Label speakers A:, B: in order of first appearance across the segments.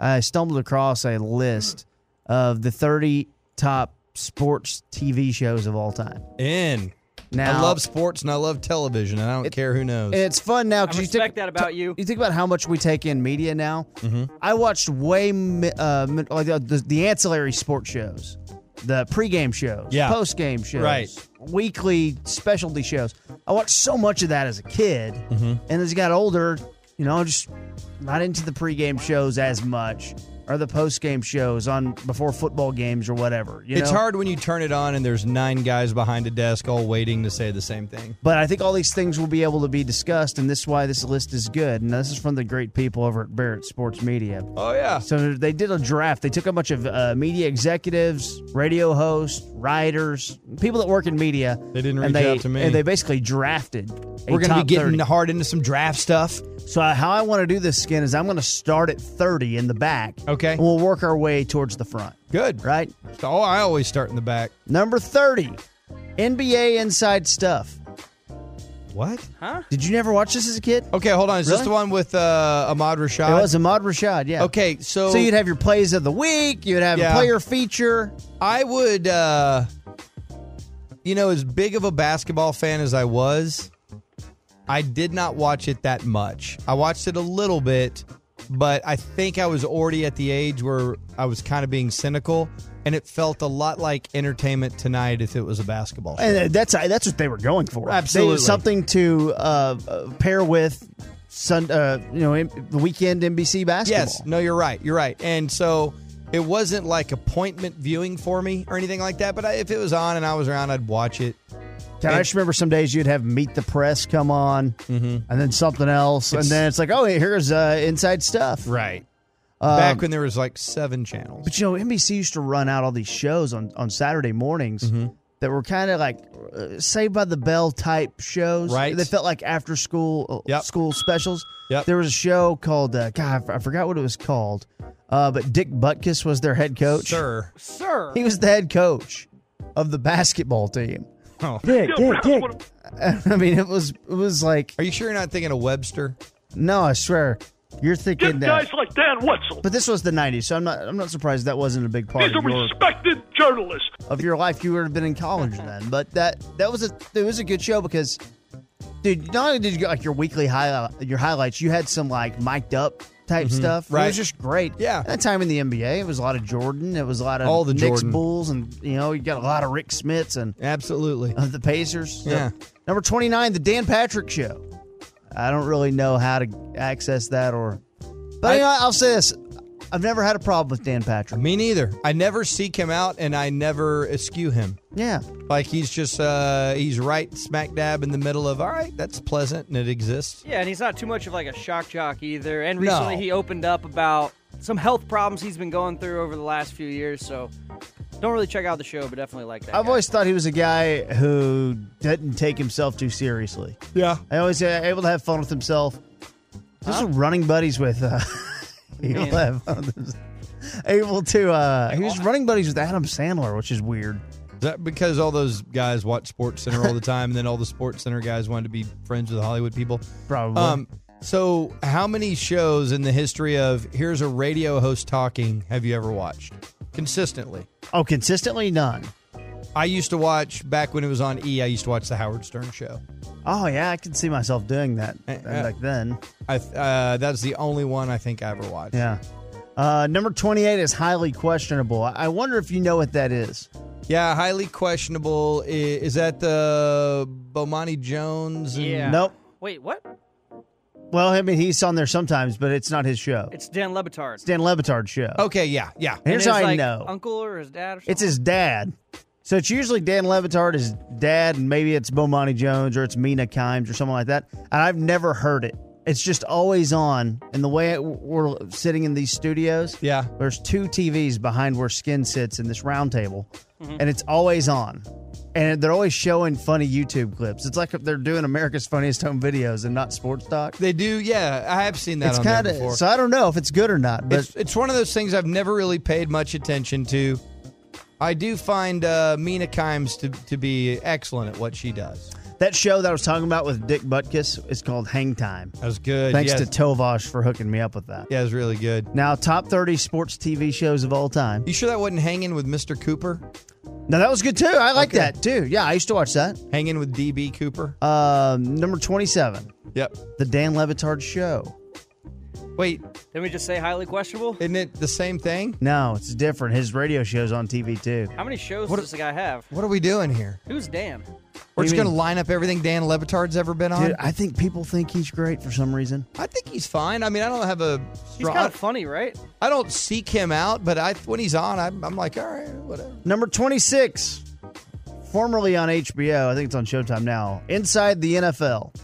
A: I stumbled across a list of the 30 top sports TV shows of all time.
B: In.
A: Now,
B: I love sports and I love television, and I don't care who knows.
A: it's fun now
C: I
A: because you
C: respect
A: think
C: that about you.
A: you think about how much we take in media now.
B: Mm-hmm.
A: I watched way mi- uh, mi- like the, the, the ancillary sports shows, the pregame shows,
B: Yeah.
A: postgame shows,
B: Right.
A: weekly specialty shows. I watched so much of that as a kid,
B: Mm-hmm.
A: and as I got older, you know, I'm just not into the pregame shows as much or the postgame shows on before football games or whatever. You
B: it's
A: know?
B: hard when you turn it on and there's nine guys behind a desk all waiting to say the same thing.
A: But I think all these things will be able to be discussed, and this is why this list is good. And this is from the great people over at Barrett Sports Media.
B: Oh, yeah.
A: So they did a draft. They took a bunch of uh, media executives, radio hosts, writers, people that work in media.
B: They didn't
A: and
B: reach
A: they,
B: out to me.
A: And they basically drafted. a
B: We're going to
A: top
B: be getting
A: 30.
B: hard into some draft stuff.
A: So I- how I want to do this skin is I'm going to start at 30 in the back.
B: Okay.
A: And we'll work our way towards the front.
B: Good.
A: Right.
B: Oh, I always start in the back.
A: Number 30, NBA inside stuff.
B: What?
A: Did you never watch this as a kid?
B: Okay, hold on. Is this
A: Really?
B: the one with uh, Ahmad Rashad?
A: It was Ahmad Rashad. Yeah.
B: Okay, so,
A: So you'd have your plays of the week. You'd have
B: Yeah.
A: a player feature.
B: I would, uh, you know, as big of a basketball fan as I was, I did not watch it that much. I watched it a little bit, but I think I was already at the age where I was kind of being cynical, and it felt a lot like Entertainment Tonight if it was a basketball. Show.
A: And uh, that's that's what they were going for.
B: Absolutely.
A: They- something to uh, uh, pair with Sun, uh, you know, M- the weekend NBC basketball.
B: Yes, no, you're right. You're right. And so it wasn't like appointment viewing for me or anything like that. But I, if it was on and I was around, I'd watch it.
A: God, I just remember some days you'd have Meet the Press come on,
B: Mm-hmm.
A: and then something else, and then it's like, oh, hey, here's uh, inside stuff.
B: Right. Back when there was like seven channels.
A: But you know, NBC used to run out all these shows on on Saturday mornings.
B: Mm-hmm.
A: That were kind of like uh, Saved by the Bell type shows.
B: Right.
A: They felt like after school uh,
B: Yep.
A: school specials.
B: Yep.
A: There was a show called, uh, God, I f- I forgot what it was called, uh, but Dick Butkus was their head coach.
B: Sir.
C: Sir.
A: He was the head coach of the basketball team.
D: Dick, Dick, Dick.
A: I mean, it was it was like
B: Are you sure you're not thinking of Webster?
A: no, I swear, you're thinking
D: Get
A: that.
D: guys like Dan Wetzel.
A: But this was the '90s, so I'm not I'm not surprised that wasn't a big part
D: He's
A: of
D: a
A: your
D: respected journalist.
A: of your life. You would have been in college then. But that that was a it was a good show because, dude, not only did you get like your weekly highlight your highlights, you had some like mic'd up type stuff. it
B: Mm-hmm. right.
A: was just great.
B: Yeah.
A: At that time in the NBA, it was a lot of Jordan. It was a lot of
B: All the
A: Knicks
B: Jordan.
A: Bulls, and you know you got a lot of Rick Smits and
B: Absolutely.
A: of the Pacers. So,
B: Yeah.
A: Number 29, The Dan Patrick Show. I don't really know how to access that or. But
B: I-
A: you know, I'll say this I've never had a problem with Dan Patrick.
B: Me neither. I never seek him out and I never eschew him.
A: Yeah.
B: Like he's just uh he's right smack dab in the middle of all right, that's pleasant and it exists.
C: Yeah, and he's not too much of like a shock jock either. And recently
B: No.
C: he opened up about some health problems he's been going through over the last few years. So don't really check out the show, but definitely like that.
A: I've
C: guy.
A: always thought he was a guy who didn't take himself too seriously.
B: Yeah.
A: I always uh, able to have fun with himself. Just running buddies with. Uh, able, to have fun with himself. able to. Uh, he was running buddies with Adam Sandler, which is weird.
B: Is that because all those guys watch Sports Center all the time and then all the Sports Center guys wanted to be friends with Hollywood people?
A: Probably.
B: Um so how many shows in the history of here's a radio host talking have you ever watched? Consistently.
A: oh, consistently none.
B: I used to watch back when it was on E, I used to watch the Howard Stern show.
A: Oh yeah, I could see myself doing that
B: Uh,
A: uh,
B: uh,
A: back then.
B: I uh, that's the only one I think I ever watched.
A: Yeah. Uh, number 28 is highly questionable. I- I wonder if you know what that is.
B: Yeah, highly questionable. I- Is that the Bomani Jones? and-
C: Yeah.
A: Nope.
C: Wait, what?
A: Well, I mean, he's on there sometimes, but it's not his show. It's
C: It's Dan Lebitard.
A: Dan Levitard's show.
B: Okay, yeah, yeah.
A: Oh, And here's
C: And
A: how
C: his,
A: I
C: like,
A: know
C: Uncle or his dad or something.
A: it's his dad. So it's usually Dan Levitard, his dad, and maybe it's Bomani Jones or it's Mina Kimes or someone like that. And I've never heard it It's just always on. And the way it, we're sitting in these studios,
B: Yeah.
A: there's two TVs behind where Skin sits in this round table,
B: Mm-hmm.
A: and it's always on. And they're always showing funny YouTube clips. It's like they're doing America's Funniest Home Videos and not sports talk.
B: They do, yeah. I have seen that
A: It's
B: on there
A: kind
B: before.
A: of so I don't know if it's good or not, but
B: it's, it's one of those things I've never really paid much attention to. I do find uh, Mina Kimes to, to be excellent at what she does.
A: that show that I was talking about with Dick Butkus is called Hang Time.
B: That was good.
A: Thanks
B: yes.
A: to Tovash for hooking me up with that.
B: yeah, it was really good.
A: Now, top 30 sports TV shows of all time.
B: You sure that wasn't hanging with Mr. Cooper?
A: Now, that was good too. I like
B: Okay.
A: that too. Yeah, I used to watch that.
B: Hanging with DB Cooper?
A: Um, number 27,
B: yep.
A: The Dan Levitard Show.
B: Wait,
C: Didn't we just say highly questionable?
B: isn't it the same thing?
A: No, it's different. His radio show's on TV too.
C: How many shows
B: What-
C: does this guy have?
B: What are we doing here?
C: Who's Dan?
B: We're
A: do
B: just
A: you mean?
B: going to line up everything Dan Levitard's ever been on?
A: Dude, I think people think he's great for some reason.
B: I think he's fine. I mean, I don't have a
C: He's
B: strong.
C: kind of funny, right?
B: I don't seek him out, but I when he's on, I'm, I'm like, all right, whatever.
A: Number 26, formerly on HBO, I think it's on Showtime now, Inside the NFL.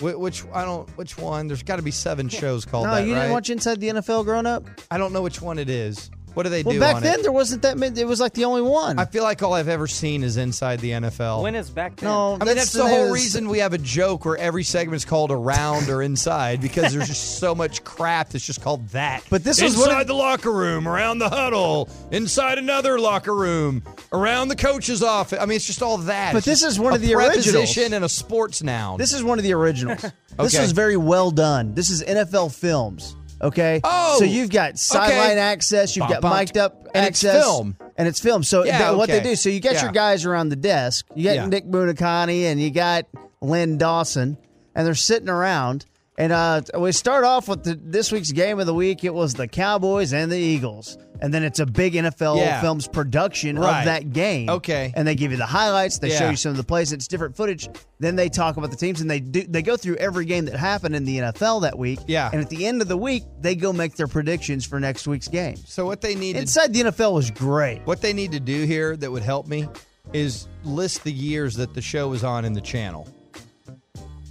B: Wh- Which I don't. Which one? There's got to be seven shows called
A: No,
B: that,
A: you
B: right?
A: didn't watch Inside the NFL growing up?
B: I don't know which one it is. What do they
A: Well,
B: do
A: back
B: on
A: then,
B: it?
A: there wasn't that many. It was like the only one.
B: I feel like all I've ever seen is inside the NFL.
C: When is back then?
A: no,
B: I mean, that's, the whole
A: is-
B: reason we have a joke where every segment's called around or inside because there's just so much crap that's just called that.
A: But this was
B: inside
A: what it-
B: the locker room, around the huddle, inside another locker room, around the coach's office. I mean, it's just all that.
A: But
B: It's
A: this
B: just
A: is one
B: a
A: of the originals.
B: preposition and a sports noun.
A: This is one of the originals. This
B: Okay.
A: was very well done. This is NFL Films. Okay.
B: Oh,
A: So you've got sideline access. You've
B: Bum,
A: got
B: bum.
A: mic'd up
B: And it's
A: access.
B: film.
A: And it's film. So
B: Yeah,
A: that- what they
B: okay.
A: do. So you got
B: Yeah.
A: your guys around the desk. You got
B: Yeah.
A: Nick Bunikani and you got Lynn Dawson, and they're sitting around. And uh, we start off with the, this week's game of the week. It was the Cowboys and the Eagles. And then it's a big NFL
B: Yeah.
A: Films production
B: Right.
A: of that game.
B: Okay.
A: And they give you the highlights. They show
B: Yeah.
A: you some of the plays. It's different footage. Then they talk about the teams and they do they go through every game that happened in the NFL that week.
B: Yeah.
A: And at the end of the week, they go make their predictions for next week's games.
B: so what they need to
A: Inside the NFL was great.
B: What they need to do here that would help me is list the years that the show was on in the channel.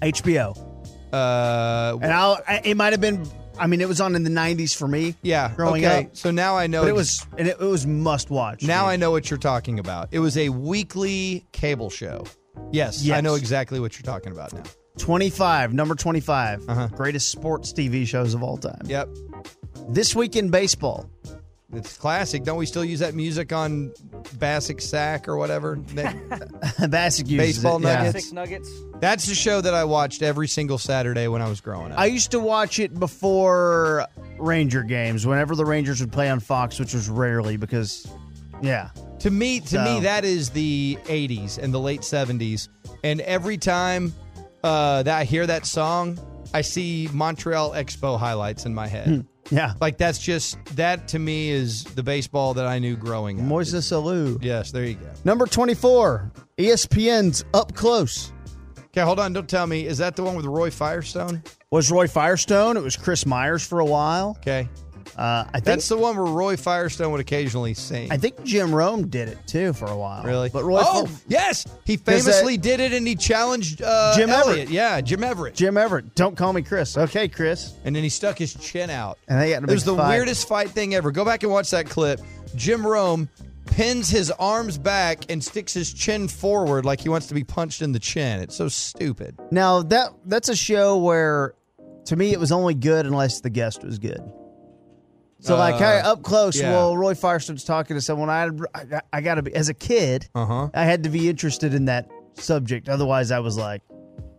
A: HBO.
B: Uh,
A: And I'll I, it might have been I mean it was on in the 90s for me.
B: yeah.
A: Growing
B: okay.
A: up.
B: So now I know.
A: But it
B: ex-
A: was and it, it was must watch.
B: Now
A: dude.
B: I know what you're talking about. It was a weekly cable show. Yes, I
A: Yes.
B: know exactly what you're talking about now.
A: 25, number 25.
B: Uh-huh.
A: Greatest sports TV shows of all time.
B: Yep.
A: This week in baseball.
B: It's classic. Don't we still use that music on Bassick Sack or whatever? That-
A: Bassick uses
B: Baseball
A: it, yeah.
B: nuggets.
C: Six Nuggets.
B: That's the show that I watched every single Saturday when I was growing up.
A: I used to watch it before Ranger games, whenever the Rangers would play on Fox, which was rarely because, yeah.
B: To me, to me,
A: So-
B: that is the '80s and the late '70s. And every time uh, that I hear that song, I see Montreal Expo highlights in my head.
A: Yeah.
B: like that's just that to me is the baseball that I knew growing up.
A: Moises Alou.
B: Yes, there you go.
A: Number E 24, ESPN's Up Close.
B: Okay, hold on. Don't tell me. Is that the one with Roy Firestone?
A: Was Roy Firestone. It was Chris Myers for a while.
B: Okay,
A: Uh, I think
B: that's the one where Roy Firestone would occasionally sing.
A: I think Jim Rome did it too for a while.
B: really,
A: But Roy
B: Oh, yes, he famously
A: that-
B: did it, and he challenged uh,
A: Jim Everett.
B: Elliott. Yeah, Jim Everett.
A: Jim Everett, don't call me Chris. Okay, Chris.
B: and then he stuck his chin out.
A: And they got in a
B: it was
A: big
B: the
A: fight.
B: weirdest fight thing ever. Go back and watch that clip. Jim Rome pins his arms back and sticks his chin forward like he wants to be punched in the chin. It's so stupid.
A: Now that that's a show where, to me, it was only good unless the guest was good. So like
B: Uh,
A: hey, up close,
B: yeah.
A: well, Roy Firestone's talking to someone. I I, I got to be as a kid,
B: Uh huh.
A: I had to be interested in that subject. Otherwise, I was like,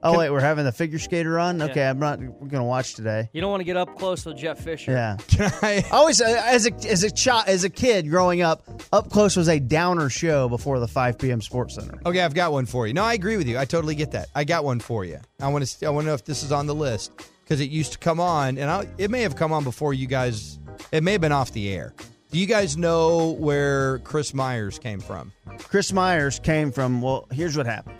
A: oh wait, we're having the figure skater on. Okay, I'm not we're gonna watch today.
C: You don't want to get up close with Jeff Fisher.
A: Yeah.
B: Can
A: I
B: I?
A: Always uh, as a as a child as a kid growing up, up close was a downer show before the 5 p.m. Sports Center.
B: Okay, I've got one for you. No, I agree with you. I totally get that. I got one for you. I want to. I want to know if this is on the list because it used to come on, and I, it may have come on before you guys. It may have been off the air. Do you guys know where Chris Myers came from?
A: Chris Myers came from well. Here's what happened.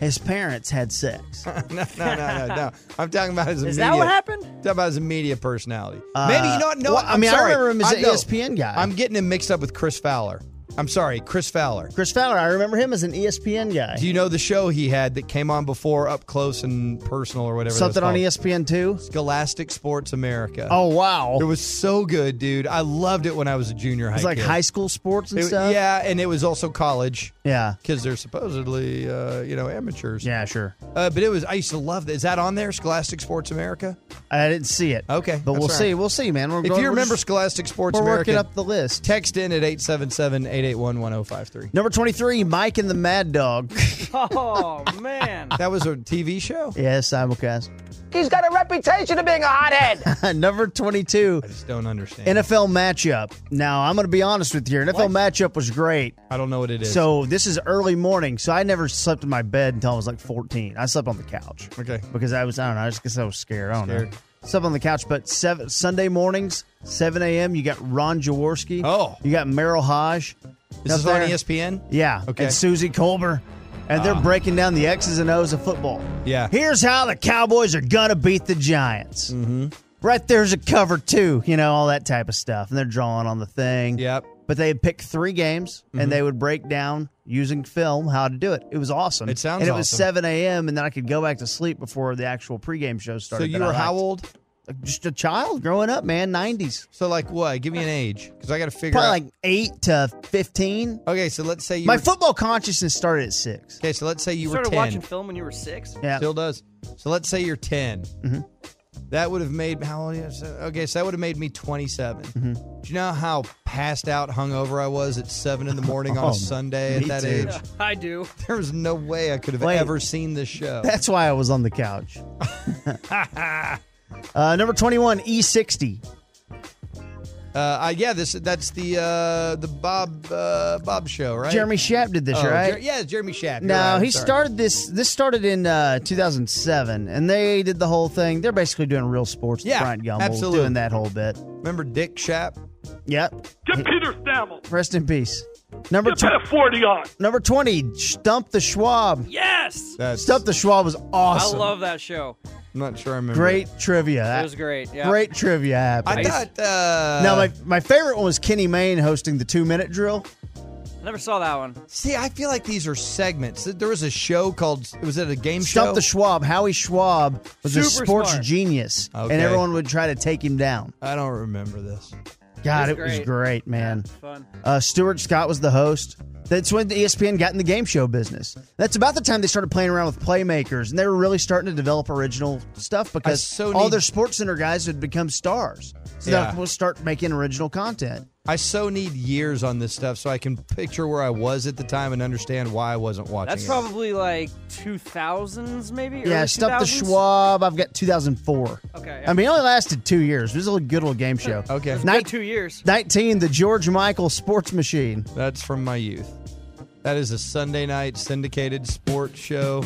A: His parents had sex.
B: No, no, no, no, no. I'm talking about his.
C: Is
B: media,
C: that what happened?
B: Talking about his media personality. Maybe you know what? No,
A: Uh, well, I
B: I'm
A: mean, I
B: sorry.
A: remember him as E an
B: know.
A: ESPN guy.
B: I'm getting him mixed up with Chris Fowler. I'm sorry, Chris Fowler.
E: Chris Fowler, I remember him as an
A: E
E: ESPN guy.
B: Do you know the show he had that came on before Up Close and Personal or whatever? that was
A: Something on E
B: called?
A: ESPN two.
B: Scholastic Sports America.
E: oh wow.
B: It was so good, dude. I loved it when I was a junior high.
A: It's like
B: kid.
A: high school sports and
B: It-
A: stuff.
B: Yeah, and it was also college
A: Yeah.
B: because they're supposedly uh, you know amateurs.
A: Yeah, sure.
B: Uh, but it was I used to love that. Is that on there? Scholastic Sports America.
A: I didn't see it.
B: Okay,
A: But
B: that's
A: we'll
B: all
A: see.
B: right.
A: We'll see, man. We're
B: If
A: going-
B: you
A: we're
B: remember
A: just-
B: Scholastic Sports
A: we're
B: America,
A: working up the list.
B: text in at 877-881-1053.
A: Number 23, Mike and the Mad Dog.
C: Oh man.
B: That was a TV show.
A: yes, simulcast.
F: He's got a reputation of being a hothead.
A: Number 22,
B: I just don't understand.
A: NFL matchup. Now, I'm going to be honest with you. Your NFL matchup was great.
B: I don't know what it is.
A: So, this is early morning. So, I never slept in my bed until I was like 14. I slept on the couch.
B: okay,
A: Because I was, I don't know, I just guess I was scared. I don't
B: Scared.
A: know. Slept on the couch, but seven, Sunday mornings, 7 a.m., you got Ron Jaworski.
B: Oh.
A: You got Merrill Hodge.
B: is this
A: up
B: on E
A: there.
B: ESPN?
A: Yeah.
B: Okay. Ah.
A: And Susie Colbert. And they're breaking down the X's and O's of football.
B: Yeah.
A: Here's how the Cowboys are going to beat the Giants. Mm-hmm. Right there's a cover, too, you know, all that type of stuff. And they're drawing on the thing.
B: Yep.
A: But they had picked three games
B: Mm-hmm.
A: and they would break down using film how to do it. It was awesome.
B: It sounds
A: And it was
B: awesome.
A: 7 a.m. and then I could go back to sleep before the actual pregame show
B: So
A: started.
B: you
A: that I
B: were how
A: liked.
B: old?
A: Just a child growing up, man, 90s.
B: So like what? Give me an age because I got to figure
A: Probably
B: out.
A: like 8 to 15.
B: okay, so let's say you.
A: My
B: were,
A: football consciousness started at 6.
B: okay, so let's say you,
C: You
B: were
C: started
B: ten.
C: watching film when you were six.
A: Yeah.
B: Still does. So let's say you're 10.
A: Mm-hmm.
B: That would have made how old? Is okay, so that would have made me 27.
A: Mm-hmm.
B: Do you know how passed out, hungover I was at seven in the morning on
A: Oh,
B: a Sunday
A: me
B: at that
A: too.
B: age?
C: I do.
B: There was no way I could have
A: Wait.
B: ever seen this show.
A: That's why I was on the couch. uh, number 21, E60.
B: Uh, I, yeah, this that's the uh, the Bob uh, Bob show, right?
A: Jeremy Schapp did this,
B: Oh,
A: right?
B: Jer- yeah, it's Jeremy Schaff.
A: no, he started this. This started in uh, 2007, and they did the whole thing. They're basically doing real sports.
B: Yeah,
A: Brian Gumbel
B: absolutely.
A: doing that whole bit.
B: Remember Dick Schaff?
A: Yep.
D: Get Peter Thamel.
A: Rest in peace. Number
D: Get
A: tw-
D: that 40 on.
A: number 20, Stump the Schwab.
C: Yes.
B: That's
A: Stump the Schwab was awesome.
C: I love that show.
B: I'm not sure I remember.
A: Great trivia.
C: It was great. Yeah.
A: Great trivia happened.
B: I thought. Uh,
A: now, my, my favorite one was Kenny Mayne hosting the two minute drill.
C: I never saw that one.
B: See, I feel like these are segments. There was a show called was it a game
A: Stump
B: show?
A: the Schwab. Howie Schwab was a
C: Super
A: sports
C: smart.
A: genius,
B: Okay.
A: and everyone would try to take him down.
B: I don't remember this.
A: God, it
C: It
A: was
C: was
A: great, man.
C: Fun.
A: Uh, Stuart Scott was the host. That's when the E ESPN got in the game show business. That's about the time they started playing around with playmakers, and they were really starting to develop original stuff because
B: so
A: all
B: need-
A: their sports center guys had become stars. So
B: Yeah.
A: they will start making original content.
B: I so need years on this stuff so I can picture where I was at the time and understand why I wasn't watching.
C: That's
B: it.
C: probably like 2000s, maybe.
A: yeah,
C: early
A: Stump the
C: 2000s?
A: Schwab. I've got 2004.
C: Okay,
A: I mean, it only lasted two years. It was a good old game show.
B: Okay.
C: It's been
A: Nin-
C: two years.
A: 19, the George Michael Sports Machine.
B: That's from my youth. That is a Sunday night syndicated sports show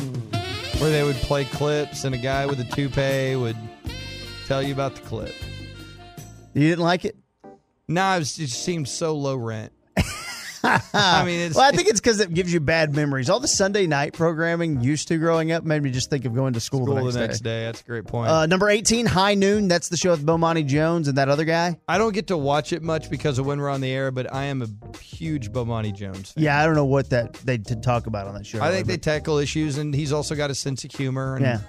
B: where they would play clips and a guy with a toupee would tell you about the clip.
A: You didn't like it?
B: Nah, it, was, it seemed so low rent. I mean, it's,
A: Well, I think it's because it gives you bad memories. All the Sunday night programming used to growing up made me just think of going to school,
B: cool
A: the next, day.
B: That's a great point.
A: Uh, number 18, High Noon. That's the show with Bomani Jones and that other guy.
B: I don't get to watch it much because of when we're on the air, but I am a huge Bomani Jones fan.
A: Yeah, I don't know what that they did talk about on that show.
B: I think they
A: but-
B: tackle issues, and he's also got a sense of humor. And
A: Yeah.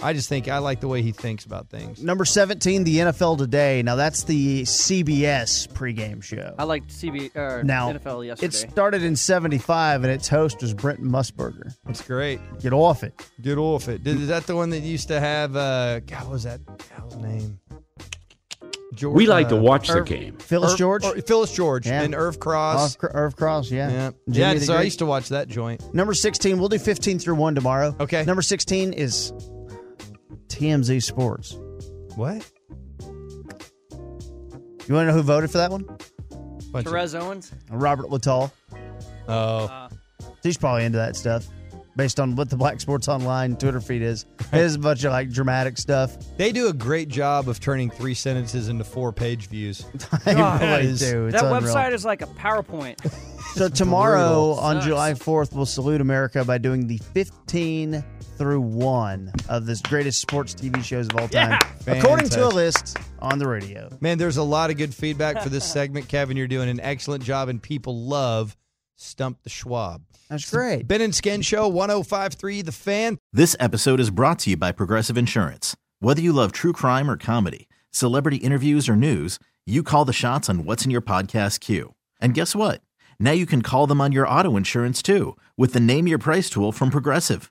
B: I just think I like the way he thinks about things.
A: Number 17, the NFL Today. Now, that's the CBS pregame show.
C: I liked uh, CB or
A: Now,
C: NFL yesterday.
A: it started in 75, and its host was Brent Musburger.
B: It's great.
A: Get off it.
B: Get off it. Did- Is that the one that used to have? Uh, God, what was that gal's name? George,
G: We like to
B: uh,
G: watch the
B: Irv-
G: game.
A: Phyllis
B: Irv-
A: George?
B: or Phyllis George
A: Yeah.
B: and Irv Cross.
A: Irv, Cr- Irv Cross, yeah.
B: yeah,
A: Jimmy
B: yeah.
A: the
B: So I
A: Greek.
B: used to watch that joint.
A: Number 16, we'll do 15 through 1 tomorrow.
B: Okay.
A: Number 16 is TMZ Sports.
B: What?
A: You want to know who voted for that one?
B: Bunch of-
C: Therese Owens.
A: Robert Littall.
B: oh,
A: He's probably into that stuff based on what the Black Sports Online Twitter feed is. It is a bunch of like dramatic stuff.
B: they do a great job of turning three sentences into four-page views.
A: They
C: God,
A: really
B: is-
A: do. It's
C: that
A: unreal.
C: website is like a PowerPoint.
A: So tomorrow
B: brutal.
A: on
C: Sucks.
A: July 4th, we'll salute America by doing the 15 through 1 of the greatest sports TV shows of all time. According to a
B: Fantastic.
A: list on the radio.
B: Man, there's a lot of good feedback for this segment, Kevin. You're doing an excellent job, and people love Stump the Schwab.
A: That's great.
B: Ben and Skin Show 1053 The Fan.
G: This episode is brought to you by Progressive Insurance. Whether you love true crime or comedy, celebrity interviews or news, you call the shots on what's in your podcast queue. And guess what? Now you can call them on your auto insurance too with the Name Your Price tool from Progressive.